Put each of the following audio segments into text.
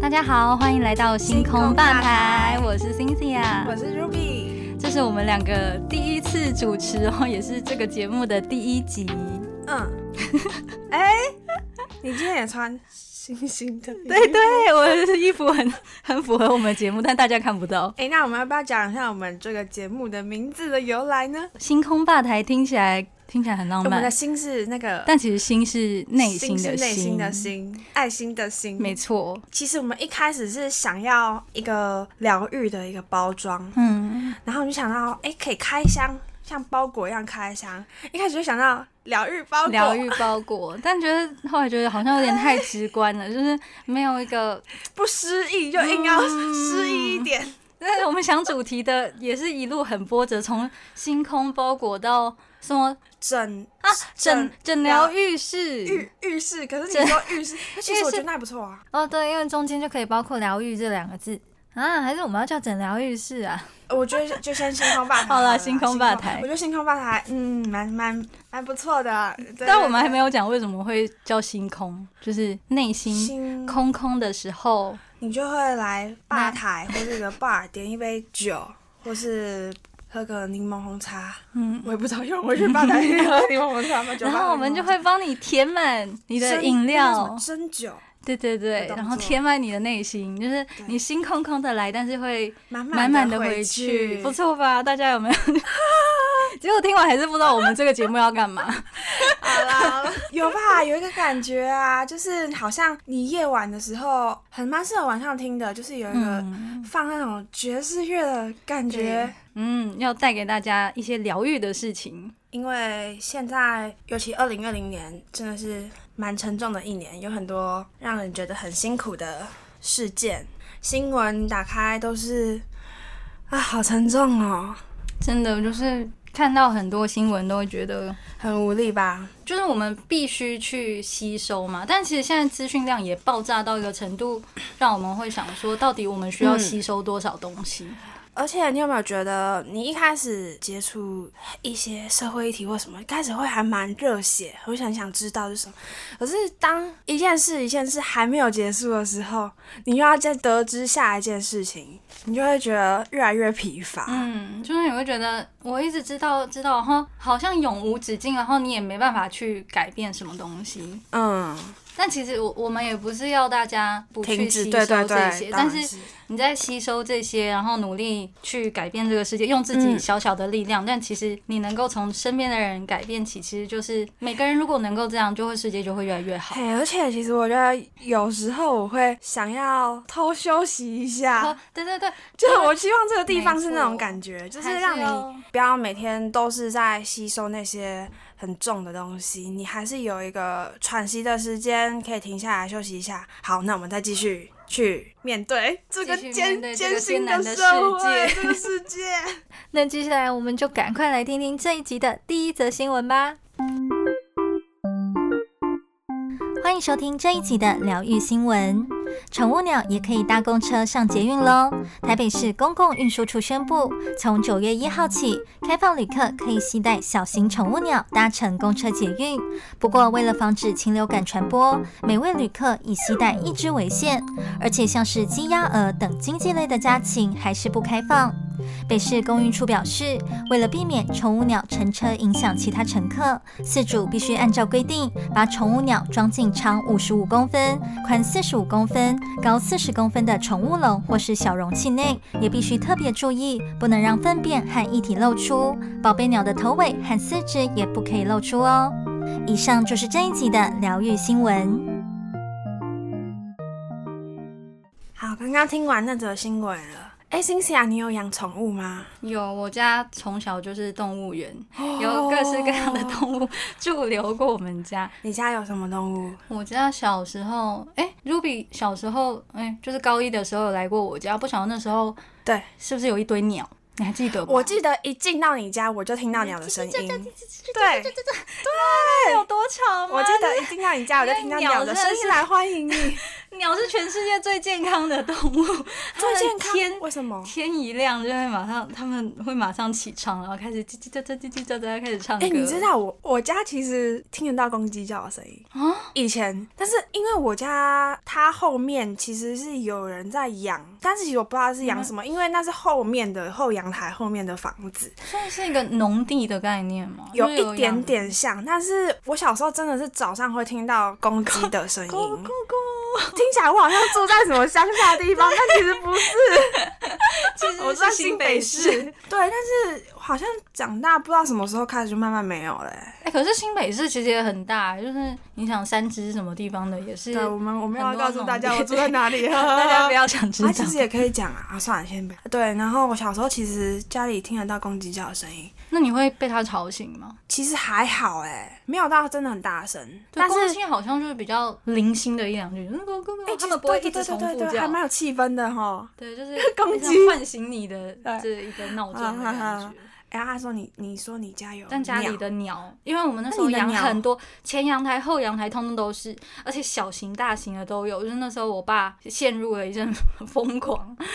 大家好，欢迎来到星空吧台，我是 Cynthia，我是 Ruby。这是我们两个第一次主持哦，也是这个节目的第一集。嗯， 哎、你今天也穿星星的？ 对对，我的衣服很 很符合我们节目，但大家看不到。哎、那我们要不要讲一下我们这个节目的名字的由来呢？星空吧台听起来听起来很浪我们的漫，心是那个但其实心是内心嗯心的是内心心的心，爱心的心。没错，其实我们一开始是想要一个疗愈的一个包装，嗯，然后我就想到，哎、可以开箱，像包裹一样开箱。一开始就想到疗愈包裹，疗愈包裹，但觉得后来觉得好像有点太直观了，就是没有一个。不失意就硬要嗯失意一点。那我们想主题的 也是一路很波折，从星空包裹到什么整啊诊诊诊疗浴室浴浴室，可是你说浴 室，其实我觉得那还不错啊。哦，对，因为中间就可以包括疗愈这两个字啊，还是我们要叫诊疗浴室啊？我觉得就先星空吧台好啦了，星空吧台我觉得星空吧台，嗯，蛮蛮蛮不错的。啊对但我们还没有有讲为什么会叫星空，就是内心星，空空的时候，你就会来吧台或者一个 bar 点一杯酒，或是喝个柠檬红茶。嗯，我也不知道，因为我去吧台喝柠檬红茶嘛，酒吧然后我们就会帮你填满你你的饮料，真酒，对对对，的动然后作填满你的内心，就是对你心空空的来，但是会满满满满的回回去，不错吧？大家有 没有？结果听完还是不知道我们这个节目要干嘛。好啦，好啦有吧？有一个感觉啊，就是好像你夜晚的时候，很蛮适合晚上听的，就是有一个 嗯放那种爵士乐的感觉对。嗯，要带给大家一些疗愈的事情。因为现在，尤其二零二零年，真的是蛮沉重的一年，有很多让人觉得很辛苦的事件，新闻打开都是啊，好沉重哦，真的就是看到很多新闻都会觉得，很无力吧？就是我们必须去吸收嘛。但其实现在资讯量也爆炸到一个程度，让我们会想说，到底我们需要吸收多少东西？而且，你有没有觉得，你一开始接触一些社会议题或什么，一开始会还蛮热血，会很想知道是什么。可是，当一件事一件事还没有结束的时候，你又要再得知下一件事情，你就会觉得越来越疲乏。嗯，就是你会觉得我一直知道知道，然后好像永无止境，然后你也没办法去改变什么东西。嗯，但其实我我们也不是要大家不去停止，吸对收对这对些，，当但然是你在吸收这些，然后努力去改变这个世界，用自己嗯小小的力量。但其实你能够从身边的人改变起，其实就是每个人如果能够这样，就会世界就会越来越好。嘿，而且其实我觉得有时候我会想要偷休息一好下，，哦对对对， 就是我希望这个地方没是那种错感觉，就还是让是要你不要每天都是在吸收那些很重的东西，你还是有一个喘息的时间，可以停下来休息一下。好，那我们再继续去面对这个继续面艰对这个艰辛艰难的社世会，界这个世界。那接下来我们就赶快来听听这一集的第一则新闻吧。欢迎收听这一集的疗愈新闻。宠物鸟也可以搭公车上捷运喽！台北市公共运输处宣布，从九月一号起，开放旅客可以携带小型宠物鸟搭乘公车捷运。不过，为了防止禽流感传播，每位旅客以携带一只为限，而且像是鸡、鸭、鹅等经济类的家禽还是不开放。北市公运处表示，为了避免宠物鸟乘车影响其他乘客，饲主必须按照规定把宠物鸟装进长五十五公分、宽四十五公分、高四十公分的宠物笼或是小容器内，也必须特别注意，不能让粪便和液体露出。宝贝鸟的头尾和四肢也不可以露出哦。以上就是这一集的疗愈新闻。好，刚刚听完那则新闻了。哎，新西兰，你有养宠物吗？有我家从小就是动物园，有各式各样的动物驻留过我们家。哦你家有什么动物？我家小时候，哎、r u b y 小时候，哎、就是高一的时候有来过我家，不晓得那时候对是不是有一堆鸟，你还记得吗？我记得一进到你家，我就听到鸟的声音。对，有多吵吗？啊 我记得一进到你家，我就听到鸟的声音来欢迎你。鸟是全世界最健康的动物， 最健康天为什么？天一亮就会马上，他们会马上起床，然后开始叽叽喳喳、叽叽喳喳开始唱歌。哎、你知道我我家其实听得到公鸡叫的声音啊？以前，但是因为我家它后面其实是有人在养，但是其实我不知道是养什么，因为那是后面的后阳台后面的房子，算是一个农地的概念吗？有就是一点养点像。但是我小时候真的是早上会听到公鸡的声音，咕咕咕，听起来我好像住在什 么乡下地方，但其实不是，其实我住在是新新北市。市。 对，但是好像长大不知道什么时候开始就慢慢没有了、欸。哎、可是新北市其实也很大，就是你想三芝什么地方的也是，对，我们我们要很多告诉大家农我民住在哪里，大 大家 不要想知道。啊，其实也可以讲啊，啊，算了，先不要。对，然后我小时候其实家里听得到公鸡叫的声音，那你会被它吵醒吗？其实还好哎、没有到真的很大声，对但公是哎鸡好像就是比较零星的一两句，嗯咕咕咕，他们不会一直重对复对对对，叫还。蛮有气氛的哈。对， 就是公非常鸡唤醒你的这一个闹钟的感觉。哎、他说你你说你家有但家里鸟的鸟，因为我们那时那候你的养鸟很多，前阳台、后阳台通通都是，而且小型、大型的都有。就是那时候我爸陷入了一阵 疯狂， 他还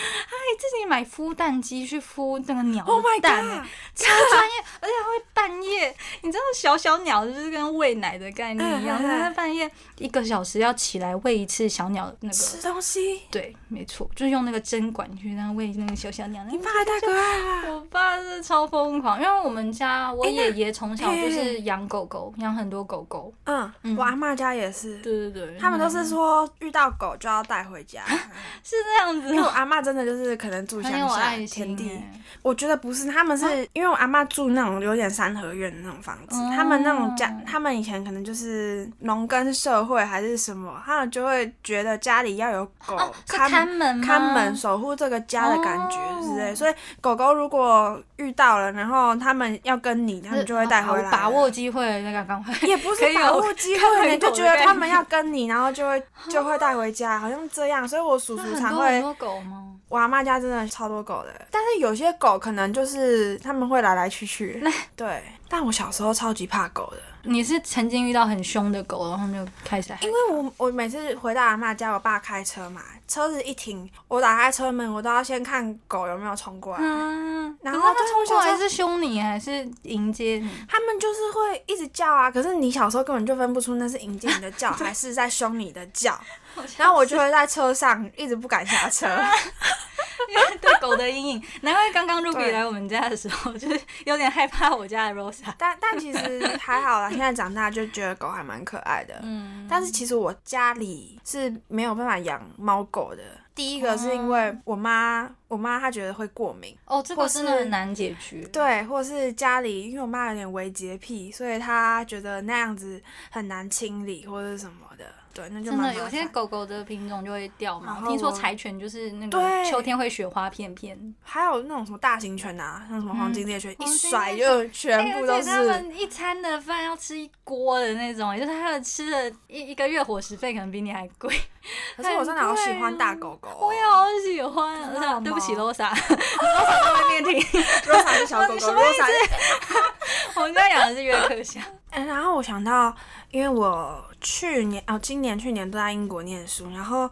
自己买孵蛋机去孵那个鸟的，Oh my 蛋、欸 god，超专业，而且还会半夜，你知道小小鸟就是跟喂奶的概念一样， 嗯嗯嗯它、半夜一个小时要起来喂一次小鸟那吃个。东西，对，没错，就是用那个针管去让它喂那个小小鸟。你爸也太可爱了吧。 我爸是超疯狂，因为我们家我诶那爷爷从小就嘿嘿是养狗狗，养很多狗狗。嗯，嗯我阿妈家也是。对对对，他们都是嗯说遇到狗就要带回家，啊是这样子因为我哦，阿妈真的就是可能住乡很有下爱田心地，欸。啊我觉得不是，他们是、因为我阿妈住那种有点三合院的那种房子，哦他们那种家，他们以前可能就是农耕社会还是什么，他们就会觉得家里要有狗、哦，是看看门吗看门守护这个家的感觉哦之类，所以狗狗如果遇到了，然后他们要跟你，他们就会带回哦来好了，啊把握机会，那个赶快。 也不可是以把有握机看会，门你就狗的觉得概他们要跟你，然后就会就会带回家，好像这样，所以我叔那叔很常多会很多狗吗？我阿妈家真的超多狗的，但是有些狗可能就是他们会来来 去去。对，但我小时候超级怕狗的，你是曾经遇到很凶的狗，然后就开始害怕因为我我每次回到阿妈家，我爸开车嘛，车子一停，我打开车门，我都要先看狗有没有冲过来。嗯，然后可是对它冲我小过时来候是凶你还是迎接 你？他们就是会一直叫啊，可是你小时候根本就分不出那是迎接你的 叫还是在凶你的叫，然后我就会在车上一直不敢下车。对狗的阴影，难怪刚刚 Ruby 对来我们家的时候，就是有点害怕我家的 Rosa。但但其实还好啦，现在长大就觉得狗还蛮可爱的。嗯，但是其实我家里是没有办法养猫狗的。第一个是因为我妈，我妈她觉得会过敏，哦，这或个是真的很难解决。对，或是家里因为我妈有点微洁癖，所以她觉得那样子很难清理或者什么的。对，那就真蛮麻的烦有些狗狗的品种就会掉然毛，后听说我柴犬就是那个对秋天会雪花片片，还有那种什么大型犬啊，像什么黄金猎犬，嗯黄一金甩猎就全哎部而都且他是。们一餐的饭要吃一锅的那种，就是他们吃的一一个月伙食费可能比你还贵。可是我真的好喜欢大狗哦狗、我也好喜欢啊，真的对啊吗对不起 Rosa，Rosa 在 外面听， ，Rosa 是小 狗你狗什么意，Rosa 我们家养的是约克夏。嗯，然后我想到，因为我去年哦，今年去年都在英国念书，然后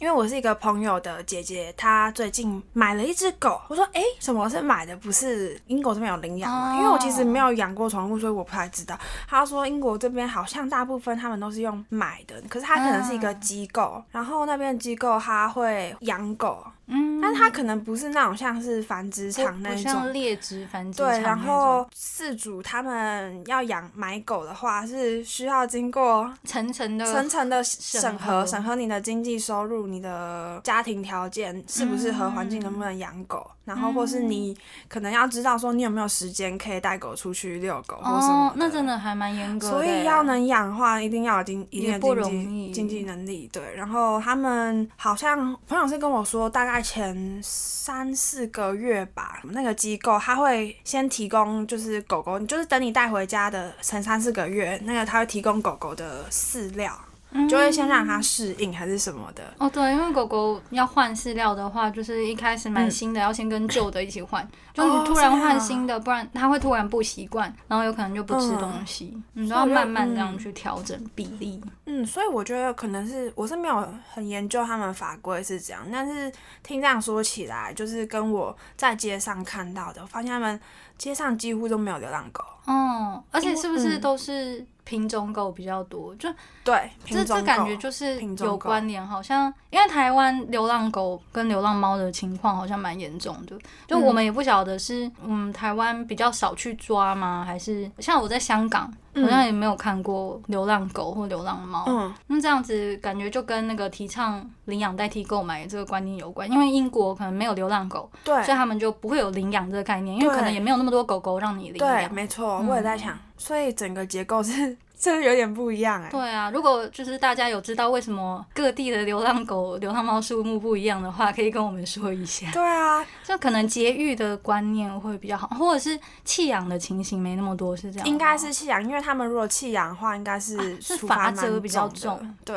因为我是一个朋友的姐姐，她最近买了一只狗，我说诶，什么是买的？不是英国这边有领养吗？因为我其实没哦有养过宠物，所以我不太知道。她说英国这边好像大部分他们都是用买的，可是它可能是一个嗯机构，然后那边的机构它会养狗， 嗯，但它可能不是那种像是繁殖场不那不一种像。劣质繁殖场对，那然种后饲主他们要养买狗的话，是需要经过层层的层层的审呃核核，审核你的经济收入、你的家庭条件适不适合环境，能不能养狗，嗯然后或是你可能要知道说你有没有时间可以带狗出去遛狗或什么哦，那真的。的还蛮严格的欸，所以要能养的话，一定要有经一定也的不经容济易经济能力。对，然后他们好像朋友是跟我说，大概前三四个月吧，那个机构他会先提供就是狗狗，就是等你带回家的前三四个月，那个他会提供狗狗的饲料。嗯就会先让它适应还是什么的。哦，对，因为狗狗要换饲料的话，就是一开始买新的，要先跟旧的一起换。就嗯哦你突然这样换新的，不然它会突然不习惯，然后有可能就不吃东西。你都要嗯所以我就慢慢这样嗯去调整比例。嗯，所以我觉得可能是我是没有很研究他们法规是这样，但是听这样说起来，就是跟我在街上看到的，我发现他们街上几乎都没有流浪狗，哦，而且是不是嗯都是品种狗比较多？就对，这品种这狗感觉就是品种有狗关联，好像因为台湾流浪狗跟流浪猫的情况好像蛮严重的，就嗯我们也不晓得是嗯台湾比较少去抓吗，还是像我在香港好像也没有看过流浪狗或流浪猫，嗯，那这样子感觉就跟那个提倡领养代替购买这个观念有关，因为英国可能没有流浪狗，对所以他们就不会有领养这个概念，因为可能对也没有那么多狗狗让你领对，养。没错，我也嗯在想，所以整个结构是真的有点不一样哎、对啊，如果就是大家有知道为什么各地的流浪狗、流浪猫数目不一样的话，可以跟我们说一下。对啊， 就可能节育的观念会比较好，或者是弃养的情形没那么多，是这样吗？应该是弃养，因为他们如果弃养的话，应该是哦啊是处罚罚则蛮比较的重，对，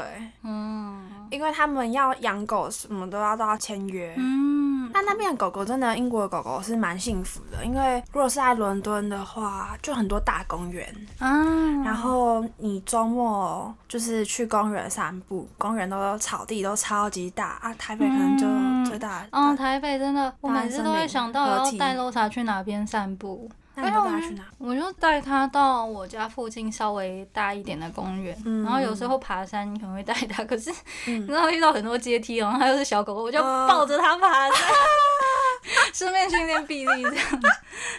嗯因为他们要养狗什么都要都要签约，嗯，但那边的狗狗真的，英国的狗狗是蛮幸福的，因为如果是在伦敦的话，就很多大公园，啊，然后你周末就是去公园散步，公园都草地都超级大啊，台北可能嗯就最大，哦，台北真的，我大安每次森都会林想到合要体带 Losa 去哪边散步，那你都带它去哪？我就带它到我家附近稍微大一点的公园，嗯然后有时候爬山可能会带它，可是嗯你知道遇到很多阶梯，哦然后它又是小狗狗，我就哦抱着它爬山。 顺便训练臂力，这样子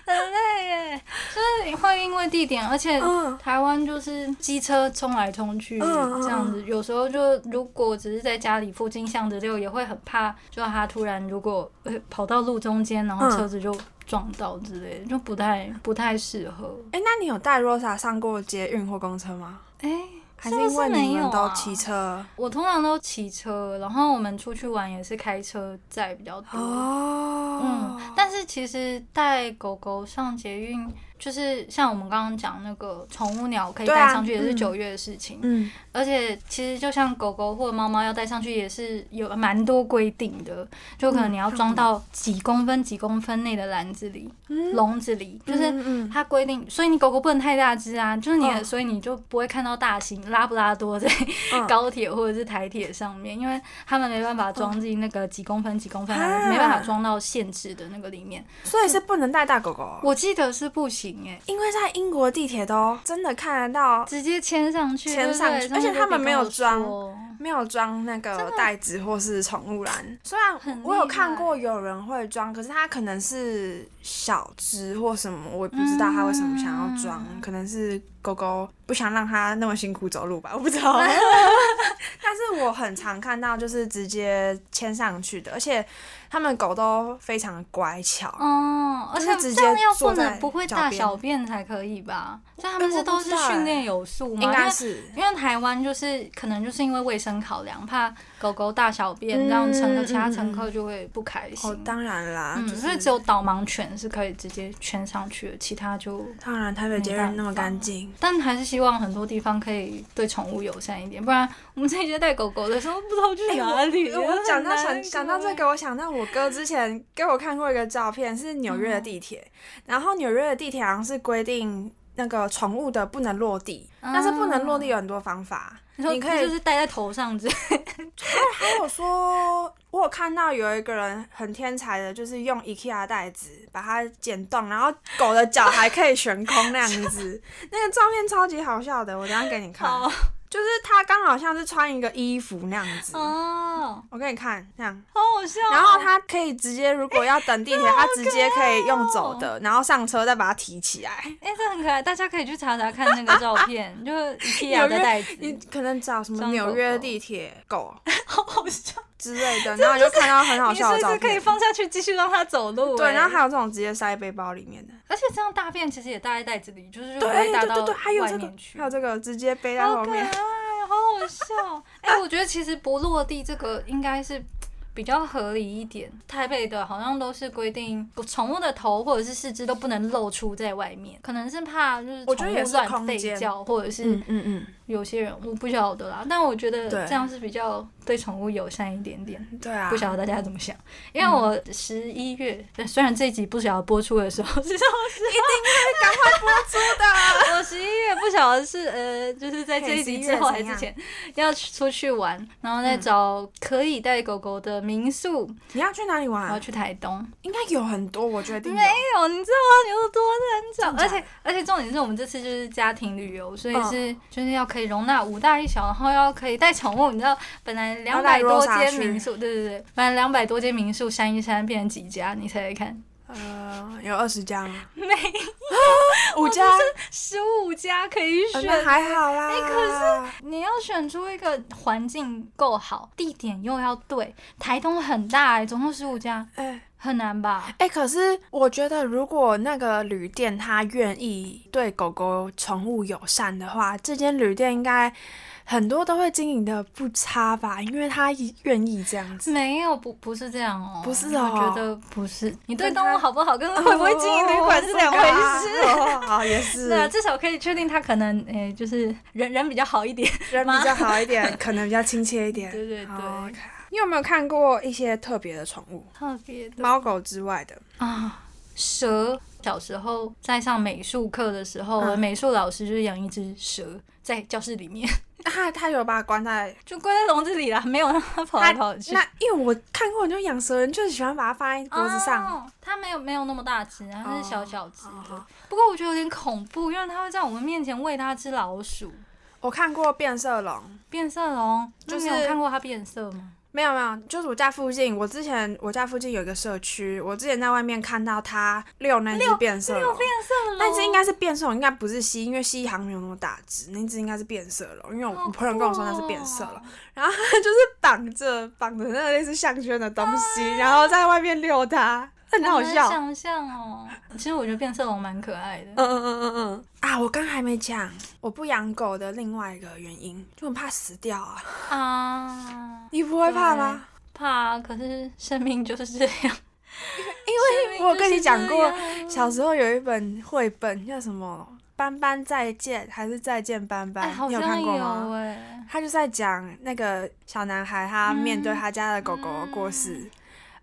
很累耶。就是你会因为地点，而且嗯台湾就是机车冲来冲去嗯嗯这样子，有时候就如果只是在家里附近巷子溜，也会很怕，就它突然如果呃跑到路中间，然后嗯车子就撞到之类的，就不太不太适合。哎、那你有带 Rosa 上过捷运或公车吗？哎、还是不因为是没你有们都啊骑车？我通常都骑车，然后我们出去玩也是开车载比较多。哦，嗯，但是其实带狗狗上捷运，就是像我们刚刚讲那个宠物鸟可以对带啊上去，也是嗯九月的事情。嗯，而且其实就像狗狗或者猫猫要带上去，也是有蛮多规定的，就可嗯能你要装到几公分、几公分内的篮子里、嗯笼子里，就是。嗯嗯它规定，所以你狗狗不能太大只啊，就是你的，嗯所以你就不会看到大型拉布拉多在 嗯高铁或者是台铁上面，因为他们没办法装进那个几公分、几公分，他们啊没办法装到限制的那个里面。所以是不能带大狗狗哦。我记得是不行哎、因为在英国地铁都真的看得到，直接签上去，牵对不上对去上次而且他们就没有跟我装说没有装那个袋子或是宠物篮。虽很然我有厉看过害有人会装，可是它可能是小只或什么，我也不知道它为什么想要装，嗯可能是狗狗不想让它那么辛苦走路吧，我不 知道。但是我很常看到就是直接牵上去的，而且他们狗都非常乖巧。哦，而就且是直这样接要不坐能在不会脚大边小便才可以吧？所以他哎们是我不都是知道训哎练有素吗？应因该为是，因为台湾就是可能就是因为卫生考量，怕狗狗大小便，嗯这样乘客嗯其他嗯乘嗯客就会不开心。哦，当然啦，嗯，就所以是只有导盲犬是可以直接圈上去的，其他就。当然台北捷运那么干净，但还是希望很多地方可以对宠物友善一点，不然我们这些带狗狗的时候不知道去哎哪里。我 我讲到很想难讲到这过，个，我想到我哥之前给我看过一个照片，是纽约的嗯地铁，然后纽约的地铁好像是规定那个宠物的不能落地，但是不能落地有很多方法，啊你说你可以就是戴在头上之类的还有说，我有看到有一个人很天才的，就是用 IKEA 袋子把它剪断，然后狗的脚还可以悬空那样子，那个照片超级好笑的，我等一下给你看，好 就是他刚好像是穿一个衣服那样子。哦，我给你看，这样，好好笑哦。然后它可以直接，如果要 等地铁，它直接可以用哦走的，然后上车再把它提起 来。哎、这很可爱，大家可以去查查看那个照片，就是 IKEA 的袋子，你可能找什么装狗纽约狗 地铁狗好好笑。之类的，然后你就看到很好你笑的随照时可以片。放下去，继续让它走路、对，哎然后还有这种直接塞背包里面的，而且这样大便其实也搭在袋子里，就是就不对会对搭对到对对，还有外这个面，去。还有这个直接背在好后可面 爱，，好好笑。哎、我觉得其实不落地这个应该是比较合理一点。台北的好像都是规定宠物的头或者是四肢都不能露出在外面，可能是怕就是我觉宠得物也是乱空吠间叫，或者是嗯嗯嗯。有些人我不晓得啦，但我觉得对这样是比较对宠物友善一点点。对啊，不晓得大家怎么想，因为我十一月，呃虽然这一集不晓得播出的时候是什么时赶快播出的。候，我十一月不晓得是呃，就是在这一集之后还是之前要出去玩，然后再找可以带狗狗的民宿，你要去哪里玩我要啊？去台东。应该有很多，我决定有没有，哎你知道有多难找，而真假的且而且重点是我们这次就是家庭旅游，所以嗯是、就是要可以容纳五大一小，然后要可以带宠物。你知道，本来两要百带多 Rosa 间去民宿，对对对，本来两百多间民宿删一删变成几家，你猜猜看，呃，有二十家吗？ 没五家，十五家可以呃选。哎那还好啦。可你要选出一个环境够好，地点又要对。台东很大、欸，总共十五家，哎、很难吧？哎、可是我觉得，如果那个旅店他愿意对狗狗宠物友善的话，这间旅店应该很多都会经营的不差吧，因为他愿意这样子。没有，不不是这样哦、不是我觉哦得不是。你对跟动物他好不好， 跟 会不会经营旅馆是两回事。哦。好，也是，对啊，至少可以确定他可能诶、就是人人比较好一点。人比较好 一点，可能比较亲切一点。对对对好，OK 你有没有看过一些特别的宠物，特别的猫狗之外的？啊，蛇。小时候在上美术课的时候，我的嗯美术老师就是养一只蛇在教室里面，他他有把它关在就关在笼子里啦，没有让它跑来它跑去。 那，因为我看过很多养蛇人，就是喜欢把它放在脖子上。哦，它没有没有那么大只，它是小小只哦的。哦不过我觉得有点恐怖，因为它会在我们面前喂它吃老鼠、我看过变色龙，变色龙。那就是你有看过它变色吗？没有没有，就是我家附近，我之前我家附近有一个社区，我之前在外面看到它遛那只变色龙。变色龙，但是应该是变色龙，应该不是蜥蜴，因为蜥蜴好像没有那么大只，那只应该是变色龙，因为我好我朋友跟我说那是变色酷龙哦，然后它就是绑着绑着那个类似项圈的东西，哦然后在外面遛它，很好难笑。嗯想象哦，其实我觉得变色龙蛮可爱的。嗯嗯嗯嗯啊！我刚还没讲，我不养狗的另外一个原因，就很怕死掉啊。啊，你不会怕吗？怕，可是生命就是这 样。因为我跟你讲过生命就是这样，小时候有一本绘本叫什么《斑斑再见》还是《再见斑斑哎，》，好你有像看过有吗？哎，他就在讲那个小男孩，他面对嗯他家的狗狗的过世，嗯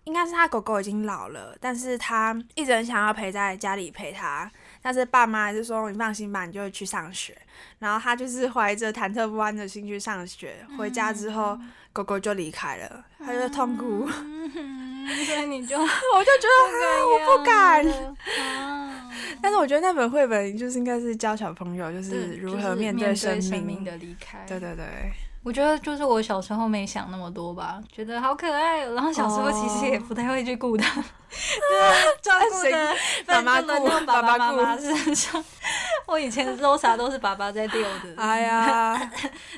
应该是他狗狗已经老了，但是他一直很想要陪在家里陪他，但是爸妈还是说你放心吧，你就去上学。然后他就是怀着忐忑不安的心去上学，嗯回家之后、狗狗就离开了，他就 痛哭，嗯，所以 你就我就觉得我不 敢啊。但是我觉得那本绘本就是应该是教小朋友，就是对就如何是面面对生命。的离开。对对对，我觉得就是我小时候没想那么多吧，觉得好可爱、哦。然后小时候其实也不太会去顾它，照顾哎谁的妈妈就轮到顾爸哦爸妈爸顾妈身上。我以前搜啥都是爸爸在丢的，哎 呀，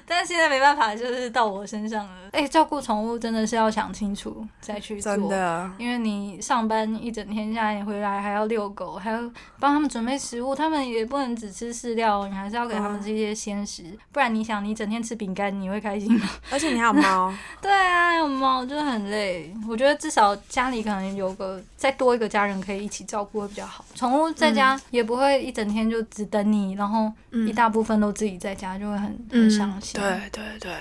但是现在没办法，就是到我身上了。哎、照顾宠物真的是要想清楚再去做，真的，因为你上班一整天下来，回来还要遛狗，还要帮他们准备食物，他们也不能只吃饲料，你还是要给他们嗯这些鲜食，不然你想，你整天吃饼干，你会开心吗？而且你还有猫，对啊，还有猫就是很累。我觉得至少家里可能有个再多一个家人可以一起照顾会比较好。宠物在家也不会一整天就只等你，然后一大部分都自己在家，就会很、很伤心。嗯对对对，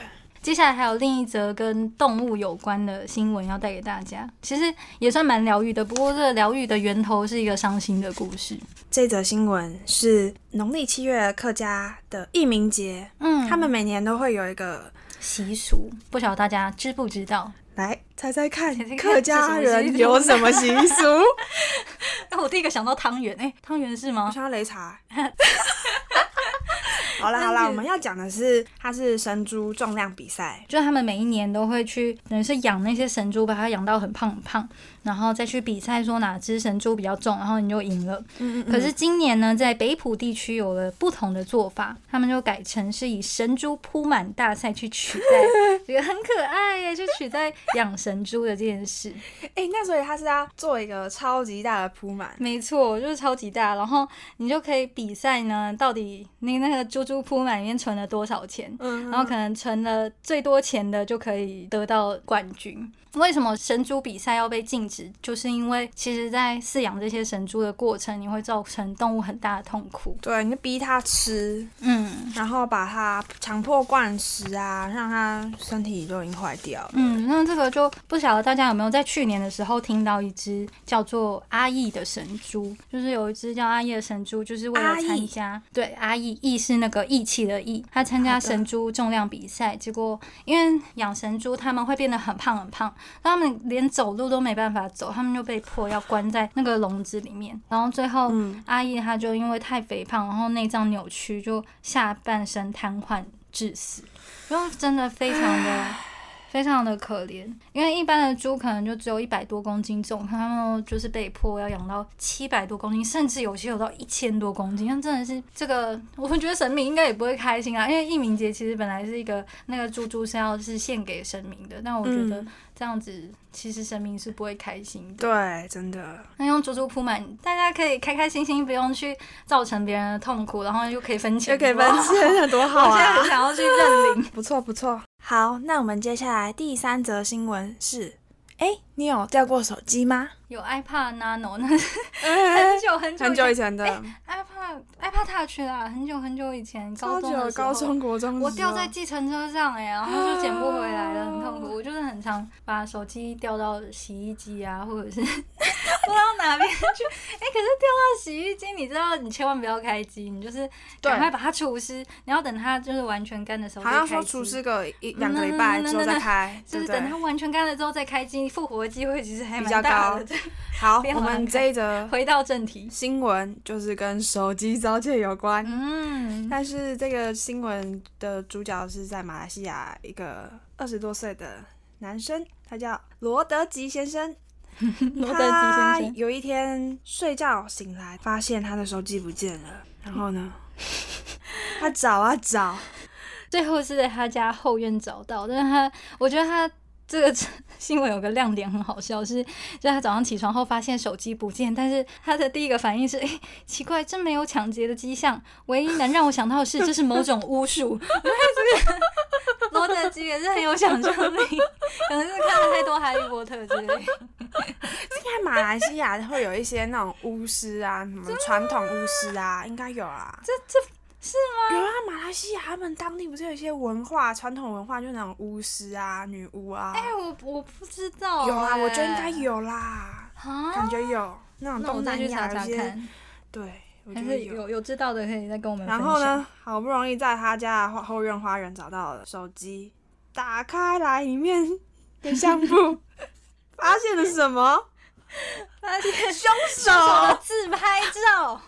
接下来还有另一则跟动物有关的新闻要带给大家，其实也算蛮疗愈的。不过这个疗愈的源头是一个伤心的故事。这则新闻是农历七月客家的义民节，嗯他们每年都会有一个。习俗不晓得大家知不知道？来猜猜看猜猜看，客家人有什么习俗？哎，我第一个想到汤圆，哎、汤圆是我吗？想要擂茶。 好啦好啦，我们要讲的是，它是神猪重量比赛，就是他们每一年都会去，等于是养那些神猪，把它养到很胖很胖，然后再去比赛，说哪只神猪比较重，然后你就赢了。嗯可是今年呢，在北浦地区有了不同的做法，他们就改成是以神猪铺满大赛去取代，觉得很可爱耶，就取代养神猪的这件事。哎、那所以它是要做一个超级大的铺满，没错，就是超级大，然后你就可以比赛呢，到底你那个猪珠铺满里面存了多少钱，嗯然后可能存了最多钱的就可以得到冠军。为什么神猪比赛要被禁止？就是因为其实，在饲养这些神猪的过程，你会造成动物很大的痛苦。对，你就逼它吃，嗯然后把它强迫灌食啊，让它身体都已经坏掉了。嗯，那这个就不晓得大家有没有在去年的时候听到一只叫做阿义的神猪，就是有一只叫阿义的神猪，就是为了阿义参加对阿义义是那个义气的义，他参加好的神猪重量比赛，结果因为养神猪他们会变得很胖很胖，他们连走路都没办法走，他们就被迫要关在那个笼子里面。然后最后、嗯阿义他就因为太肥胖，然后内脏扭曲，就下半身瘫痪致死，然后真的非常的。非常的可怜，因为一般的猪可能就只有一百多公斤重，可他们就是被迫要养到七百多公斤，甚至有些有到一千多公斤。那真的是这个，我们觉得神明应该也不会开心啊，因为义民节其实本来是一个那个猪猪是要是献给神明的，但我觉得嗯这样子其实神明是不会开心的。对，真的，那用猪猪铺满，大家可以开开心心，不用去造成别人的痛苦，然后又可以分钱，就给分钱，多好我现在啊很！想要去认领。 不错不错。好，那我们接下来第三则新闻是，哎、你有掉过手机吗？有 iPad Nano，那是 哎很久很久很久以前的， iPad iPad Touch 啦，很久很久以前， 超高久中的，时候高中国中的时候，我掉在计程车上哎、然后就捡不回来了，很痛苦。我就是很常把手机掉到洗衣机啊，或者是 不知道哪边去。哎、可是掉到洗衣机，你知道你千万不要开机，你就是赶快把它除湿，你要等它就是完全干的时候好再像开说机。除湿个一两个礼拜嗯之后再开，就对不是等它对？完全干了之后再开机，复活的机会其实还比较蛮大高的。。好，不要我们乱这一则回到正题， 新闻就是跟手机遭窃有关，嗯，但是这个新闻的主角是在马来西亚一个二十多岁的男生，他叫罗德吉先生。罗德吉先他生，有一天睡觉醒来，发现他的手机不见了，然后呢，他找啊找，最后是在他家后院找到，但是他我觉得他。这个 新闻有个亮点很好笑，是就他早上起床后发现手机不见，但是他的第一个反应是：哎、奇怪，真没有抢劫的迹象。唯一能让我想到的是，这是某种巫术。我 觉得这个罗德基也是很有想象力，可能是看了太多《哈利波特》之类。在马来西亚会有一些那种巫师啊，什么传统巫师啊，应该有啊。这这有啊，马来西亚他们当地不是有一些文化，传统文化就是那种巫师啊、女巫啊， 哎、我我不知道、有啊，哎我觉得应该有啦，啊感。觉有那种那我东再南去查亚查有一些，看，对，我觉还得是有有知道的可以再跟我们分享。然后呢，好不容易在他家的后后院花园找到了手机，打开来里面的相簿， 发现了什么？发现凶手手的自拍照。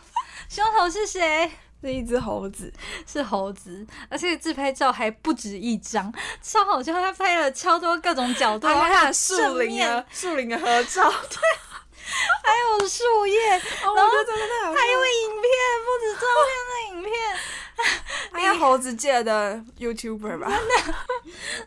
凶手是谁？是一只猴子，是猴子，而且自拍照还不止一张，超好笑。他拍了超多各种角度，还有哎还他有的啊哦树正林面，的树林的合 照，还有树叶，我觉得真的太好笑还有影片，不止照片的影片，了，应该猴子界的 YouTuber 吧？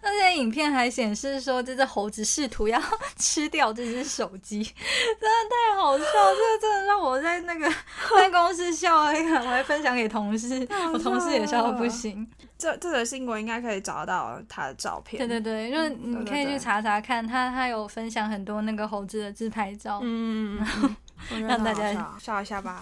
而且影片还显示说这只猴子试图要吃掉这只手机，真的太好笑，这个真的让我在那个办公室笑了一个，我还分享给同事，我同事也笑哦到不行。这这则新闻应该可以找到他的照片。对对对，就是你嗯对对可以去对查查看，他他有分享很多那个猴子的自拍照。嗯，嗯 嗯嗯让大家我觉得很好笑笑一下 吧。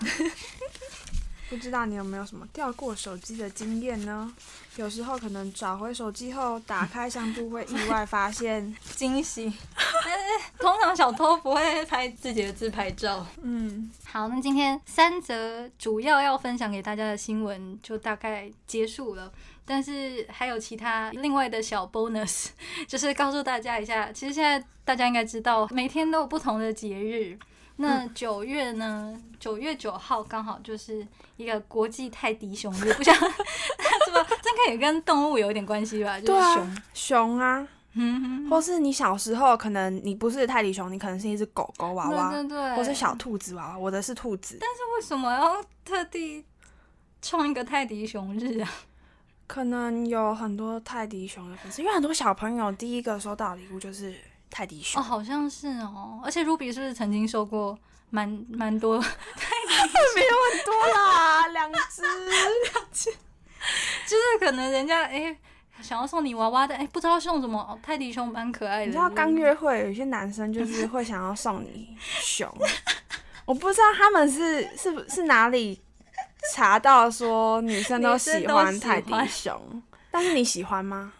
不知道你有没有什么掉过手机的经验呢？有时候可能找回手机后，打开相簿会意外发现，惊喜。 但是通常小偷不会拍自己的自拍照。 嗯，好，那今天三则主要要分享给大家的新闻就大概结束了，但是还有其他另外的小 bonus，就是 告诉大家一下，其实现在大家应该知道，每天都有不同的节日。那嗯九月呢？九月九号刚好就是一个国际泰迪熊日，不 晓得这么这可以跟动物有一点关系吧？就对是啊熊，熊啊，嗯哼或是你小时候可能你不是泰迪熊，你可能是一只狗狗娃娃，对对对，或是小兔子娃娃，我的是兔子，为什么要特地创一个泰迪熊日啊？可能有很多泰迪熊的粉丝，因为很多小朋友第一个收到的礼物就是泰迪哦，熊，好像是哦，而且 Ruby 是不是曾经收过蛮蛮多？ 没有很多啦，两只。就是可能人家哎、想要送你娃娃，但哎、不知道送什么，哦泰迪熊蛮可爱的。你知道刚约会有一些男生就是会想要送你熊，我不知道他们是是是哪里查到说女生都喜欢泰女迪生都熊，但是你喜欢吗？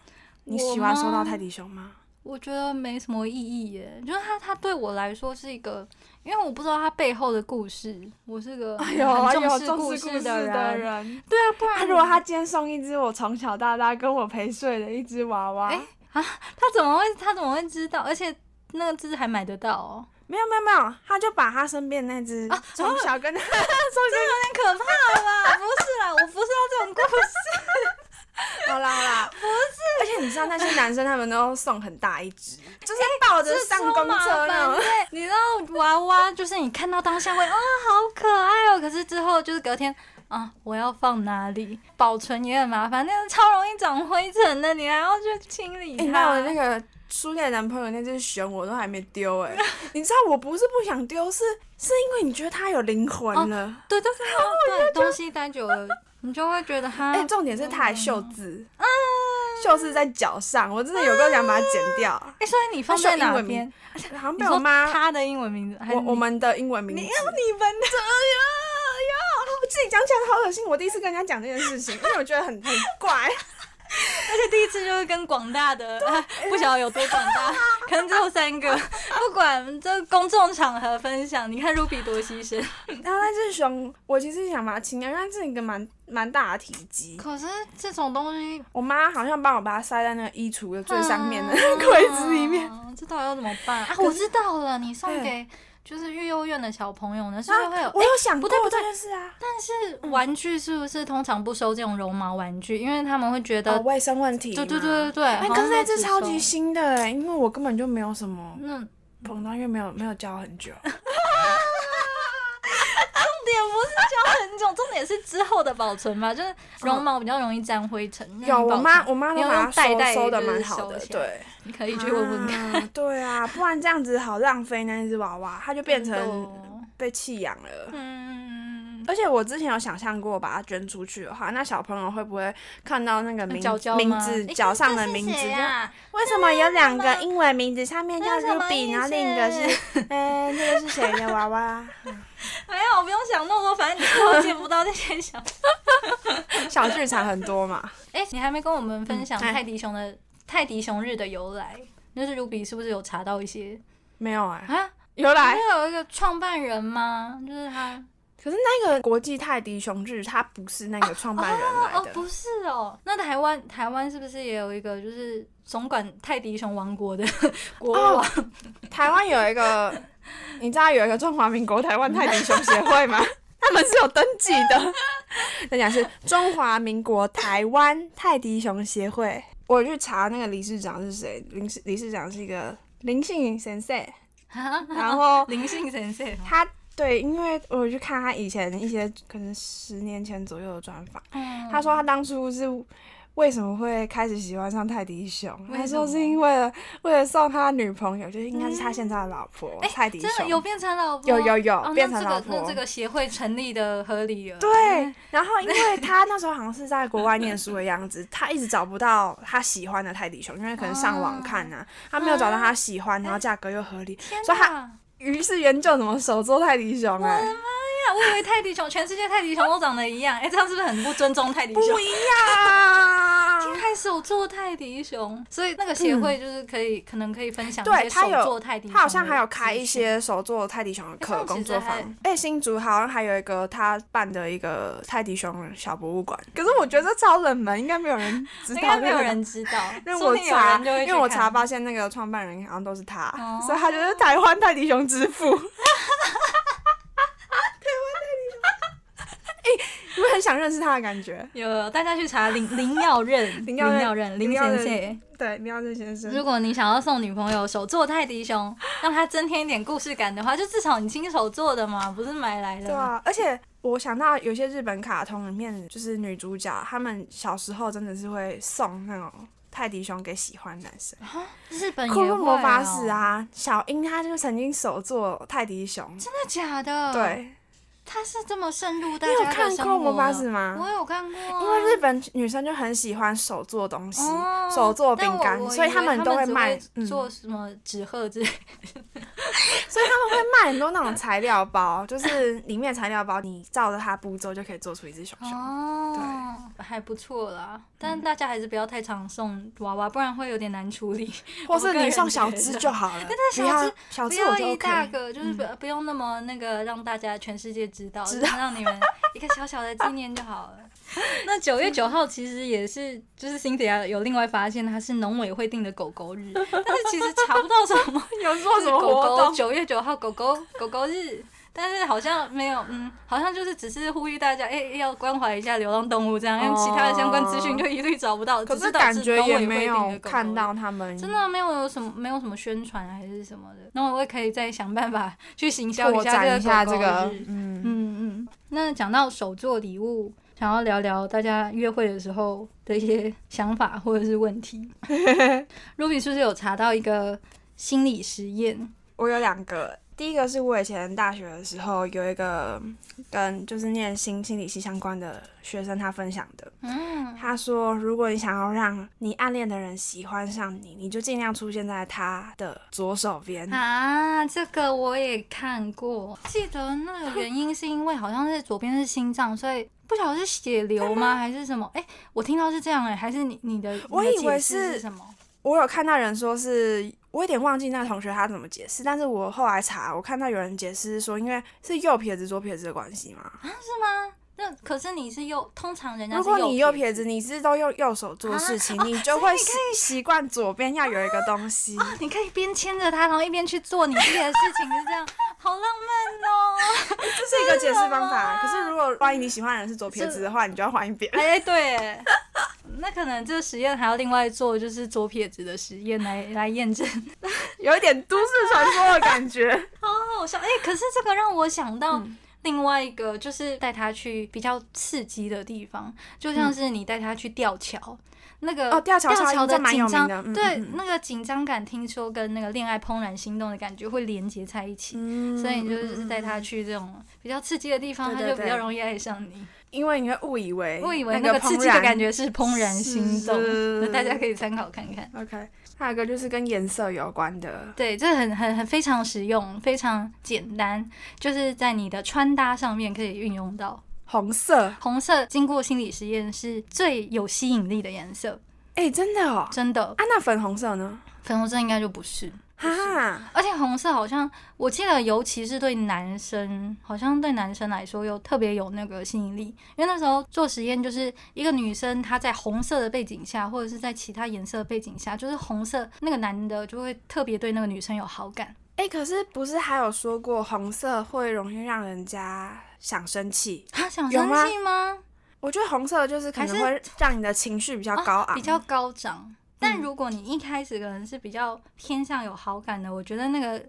你我喜欢收吗到泰迪熊吗？我觉得没什么意义耶，就是它它对我来说是一个，因为我不知道它背后的故事，我是个哎很呦哎呦，视重故视故事的的。人。对啊，不然、啊，如果他今天送一只我从小到大跟我陪睡的一只娃娃，哎他怎么会他怎么会知道？而且那个字还买得到哦，没有没有没有，他就把他身边那只从小跟他 从小有点可怕吧？ 不是啦，我不是要这种故事。好啦 好啦，不是，而且你知道那些男生他们都送很大一 只，就是抱着上公车那种，对， 你知道娃娃就是你看到当下会啊、好可爱哦，可是之后就是隔天啊，我要放哪里？保存也很麻烦，那个超容易长灰尘的，你还要去清理 哎，它。那我那个初恋男朋友那只熊我都还没丢 哎、你知道我不是不想丢，是是因为你觉得它有灵魂了。对对对对，东西待久了，你就会觉得它。哎、重点是它还嗯袖子，啊袖子在脚上，我真的有个想把它剪掉，哎所以你放它在是有英哪文名边？好像你被我说妈，它的英文名字，还是我我你们的英文名字，你要你们的哎呀呀，我自己讲起来好恶心，我第一次跟人家讲这件事情，因 为我觉得很很 怪。而且第一次就是跟广大的，啊不晓得有多广 大，可能只有三个。不管这公众场合分享，你看 Ruby 多牺牲。然后那只熊，我其实想把它清掉，因为它是一个蛮蛮大的体积。可是这种东西我妈好像帮我把它塞在那个衣橱的最上面的啊柜子里面。面，这到底要怎么办啊？我知道了，你送给就是育幼院的小朋友呢， 是不是会有？啊哎我有想不过对不这对件事啊，但是玩具是不是通常不收这种绒毛玩具？因为他们会觉得，哦，卫生问题。对对对对。对。哎，好可像是都那只只超级收新的哎，因为我根本就没有什么那重碰到，因为没有没有教很久。点不是教很久，重点是之后的保存吧，就是绒毛比较容易沾灰尘。那你有我保存妈，我妈你都要把它用袋收袋收的就是蛮好收的，起来 对。你可以去问问看。啊。对啊，不然这样子好浪费那只娃娃，它就变成哦被弃养了。嗯，而且我之前有想象过把它捐出去的话，那小朋友会不会看到那个名脚脚名吗字诶脚这上这的是名字？谁就啊为什么有两个英文名字，上面叫那什么 Ruby，意然后另一个 思是哎，那个是谁的 娃娃？哎还好不用想那么多，反正你了解不到那些小。小剧场很多嘛。 哎、你还没跟我们分享嗯哎泰迪熊的、泰迪熊日的由来，就是 Ruby 是不是有查到一些没有哎、啊？由不来是有一个创办人吗？就是他可是那个国际泰迪熊日，它不是那个创办人 来哦，的，不是哦，那台湾台湾是不是也有一个就是总管泰迪熊王国的国王？哦台湾有一个，你知道有一个中华民国台湾泰迪熊协会吗？ 他们是有登记的，人家是中华民国台湾泰迪熊协会。我去查那个理事长是谁，林事理事长是一个林姓先 生，然后灵性神社哦，他对，因为我去看他以前一些可能十年前左右的专访，嗯他说他当初是为什么会开始喜欢上泰迪熊？为他什么说是因为了为了送他女朋友，就是应该是他现在的老婆、泰迪嗯哎真的熊。有变成老婆，有有有哦、那变成这个老婆那这个协会成立的合理了。对，然后因为他那时候好像是在国外念书的样子，他一直找不到他喜欢的泰迪熊，因为可能上网看啊，他没有找到他喜欢，哎然后价格又合理，天所以他哪！于是研究怎么手做泰迪熊哎、 哎呀，我以为泰迪熊，全世界泰迪熊都长得一样，哎、这样是不是很不尊重泰迪熊？不一 样。嗯开手做泰迪熊，所以那个协会就是可以，可能可以分享一对些他手有做泰迪熊的资讯。他好像还有开一些手做泰迪熊的诶这课样工其实作坊还，哎、新竹好像还有一个他办的一个泰迪熊小博物馆，可是我觉得这超冷门，应该没有人知应道，该没有人。知道， 因为说我不定有查，人就会因去为我查看，发现那个创办人好像都是他，哦所以他就是台湾泰迪熊之父。台湾 泰迪熊，哎、你们很想认识他的感觉？有大家去查林林耀任， 林林耀任耀任，林林耀任先生。对，廖振先生。如果你想要送女朋友手做泰迪熊，让她增添一点故事感的话，就至少你亲手做的嘛，不是买来的对嘛。啊，而且我想到有些日本卡通里面，就是女主角她们小时候真的是会送那种泰迪熊给喜欢男生，日本《也库会、洛哦、魔法啊使》，啊，小樱她就曾经手做泰迪熊，真的假的？，对，它是这么渗入大你有家的看生过魔活法的。使吗？我有看过啊、因为日本女生就很喜欢手做东西，哦手做但饼我干我，以所以为他们都会会卖，嗯，所做什么纸鹤之类 的。以他们会卖很多那种材料包，就是里面的材料包，你照着它步骤就可以做出一只熊熊。哦，还不错啦，但大家还是不要太常送娃娃，不然会有点难处理。 或是你送小我个人觉只得就好 了，但不小只要小不只哦我要就一 OK 嗯大。个，就是不不用那么那个让大家全世界知道，知就是让你们一个小小的纪念就好 了。那九月九号其实也是，就是 Cynthia 有另外发现，它是农委会定的狗狗日，但是其实查不到什么有做是什么狗活狗 动？九月九号狗狗狗狗日，但是好像没有，嗯，好像就是只是呼吁大家，哎、要关怀一下流浪动物这样，因为其他的相关资讯就一律找不到，哦可只知道感是觉农也委会没定的有狗狗看日到他们真的没有什么没有什么宣传还是什么的，那我也可以再想办法去行销拓展一一下下这这个狗狗个日，嗯，嗯嗯。那讲到手作礼物，想要聊聊大家约会的时候的一些想法或者是问 题。Ruby 是不是有查到一个心理实验？我有两个，第一个是我以前大学的时候有一个跟就是念心心理系相关的学生他分享的，嗯，他说，如果你想要让你暗恋的人喜欢上你，你就尽量出现在他的左手边。啊，这个我也看过，记得那个原因是因为好像是左边是心脏，所以不晓得是血流吗还是什么？哎、我听到是这样哎、还是你你的我你的以为解释是是什么？我有看到人说是，我有点忘记那个同学他怎么解释，但是我后来查，我看到有人解释说，因为是右撇子左撇子的关系嘛。那可是你是右，通常人家如是果你右右撇子，你是都用右手做事情，你就会习习惯左边要有一个东西。啊，你可以边牵着他，然后一边去做你自己的事情，是这样，好浪漫哦。 这是一个解释方法。可是如果万一你喜欢的人是左撇子的话，你就要换一边。哎、对，那可能这个实验还要另外做，就是左撇子的实验来来验证。 有一点都市传说的感觉。好好笑哎、可是这个让我想到。另外一个就是带他去比较刺激的地方，就像是你带他去吊桥，那个哦吊桥吊效桥应这蛮有紧张，名的嗯对、嗯嗯那个紧张感，听说跟那个恋爱怦然心动的感觉会连接在一起，嗯所以你就是带他去这种比较刺激的地方，对对他就比较对容易爱上你。因为你会误以为我以为那那个刺激的感觉。觉是怦然心动，是大家可以参考看看。 OK，还有一个就是跟颜色有关的，对，这很很很非常实用，非常简单，就是在你的穿搭上面可以运用到。红色。红色经过心理实验是最有吸引力的颜色，哎、真的哦。真的，啊，那粉红色呢？粉红色应该就不是。哈，而且红色好像我记得，尤其是对男生，好像对男生来说又特别有那个吸引力，因为那时候做实验就是一个女生她在红色的背景下，或者是在其他颜色的背景下，就是红色那个男的就会特别对那个女生有好感。哎、可是不是还有说过红色会容易让人家想生气？他啊想有生吗气吗？我觉得红色就是可能还会让你的情绪比较高啊昂，比较高嗯涨。但如果你一开始可能是比较偏向有好感的，我觉得那个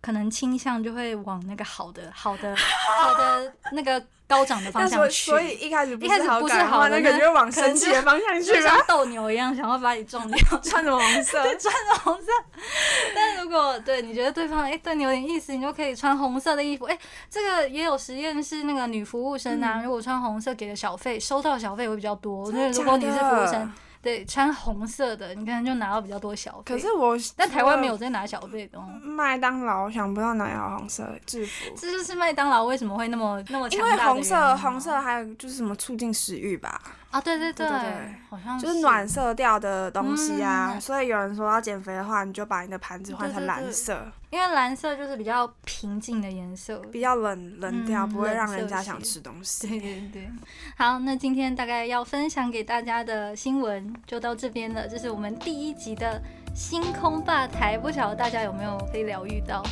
可能倾向就会往那个好的、好 的、好的那个高涨的方但所向以去。所以一开始不一开始好不是感的好话，的那个那就往可能生气就的方 向去就像吧。斗牛一样，想要把你撞掉，穿什么 红色？穿着红色。 但如果对你觉得对方哎、对你有点意思，你就可以穿红色的衣服。哎、这个也有实验是那个女服务生嗯啊，如果穿红色给的小费，收到小费会比较多。所以如果你是服务真的假生的，对穿红色的，你可能就拿到比较多小费。可是我但台湾没有在拿小费的哦。麦当劳，想不到哪有红色制服。这就是麦当劳为什么会那么那么因强大为的红原因色，哦红色还有就是什么促进食欲吧，啊，对对对，对对对好像就是暖色调的东西哦啊。嗯所以有人说要减肥的话，你就把你的盘子换成蓝色，因为蓝色就是比较平静的颜色。 比较冷冷调，嗯不会让人冷色家系想吃东对西。对对，好，那今天大概要分享给大家的新闻就到这边了，这是我们第一集的星空吧台，不晓得大家有没有被疗愈到？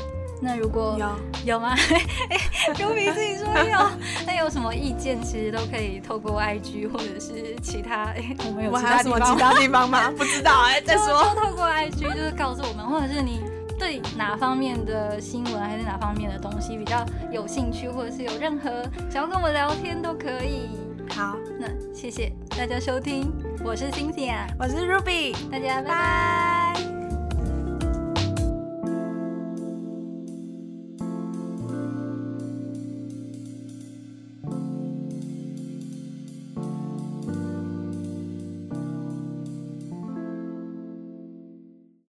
那如果有，有吗？ 有比自己说有。 那有什么意见，其实都可以透过 IG 或者是其他，哎、我们有我其还有他什地么方其吗他地方吗？ 不知道哎、再就 说。就透过 IG 就是告诉我们，或者是你对哪方面的新闻还是哪方面的东西比较有兴趣，或者是有任何想要跟我们聊天都可以。好，那谢谢大家收听，我是 Cynthia，我是 Ruby，大家拜拜。拜。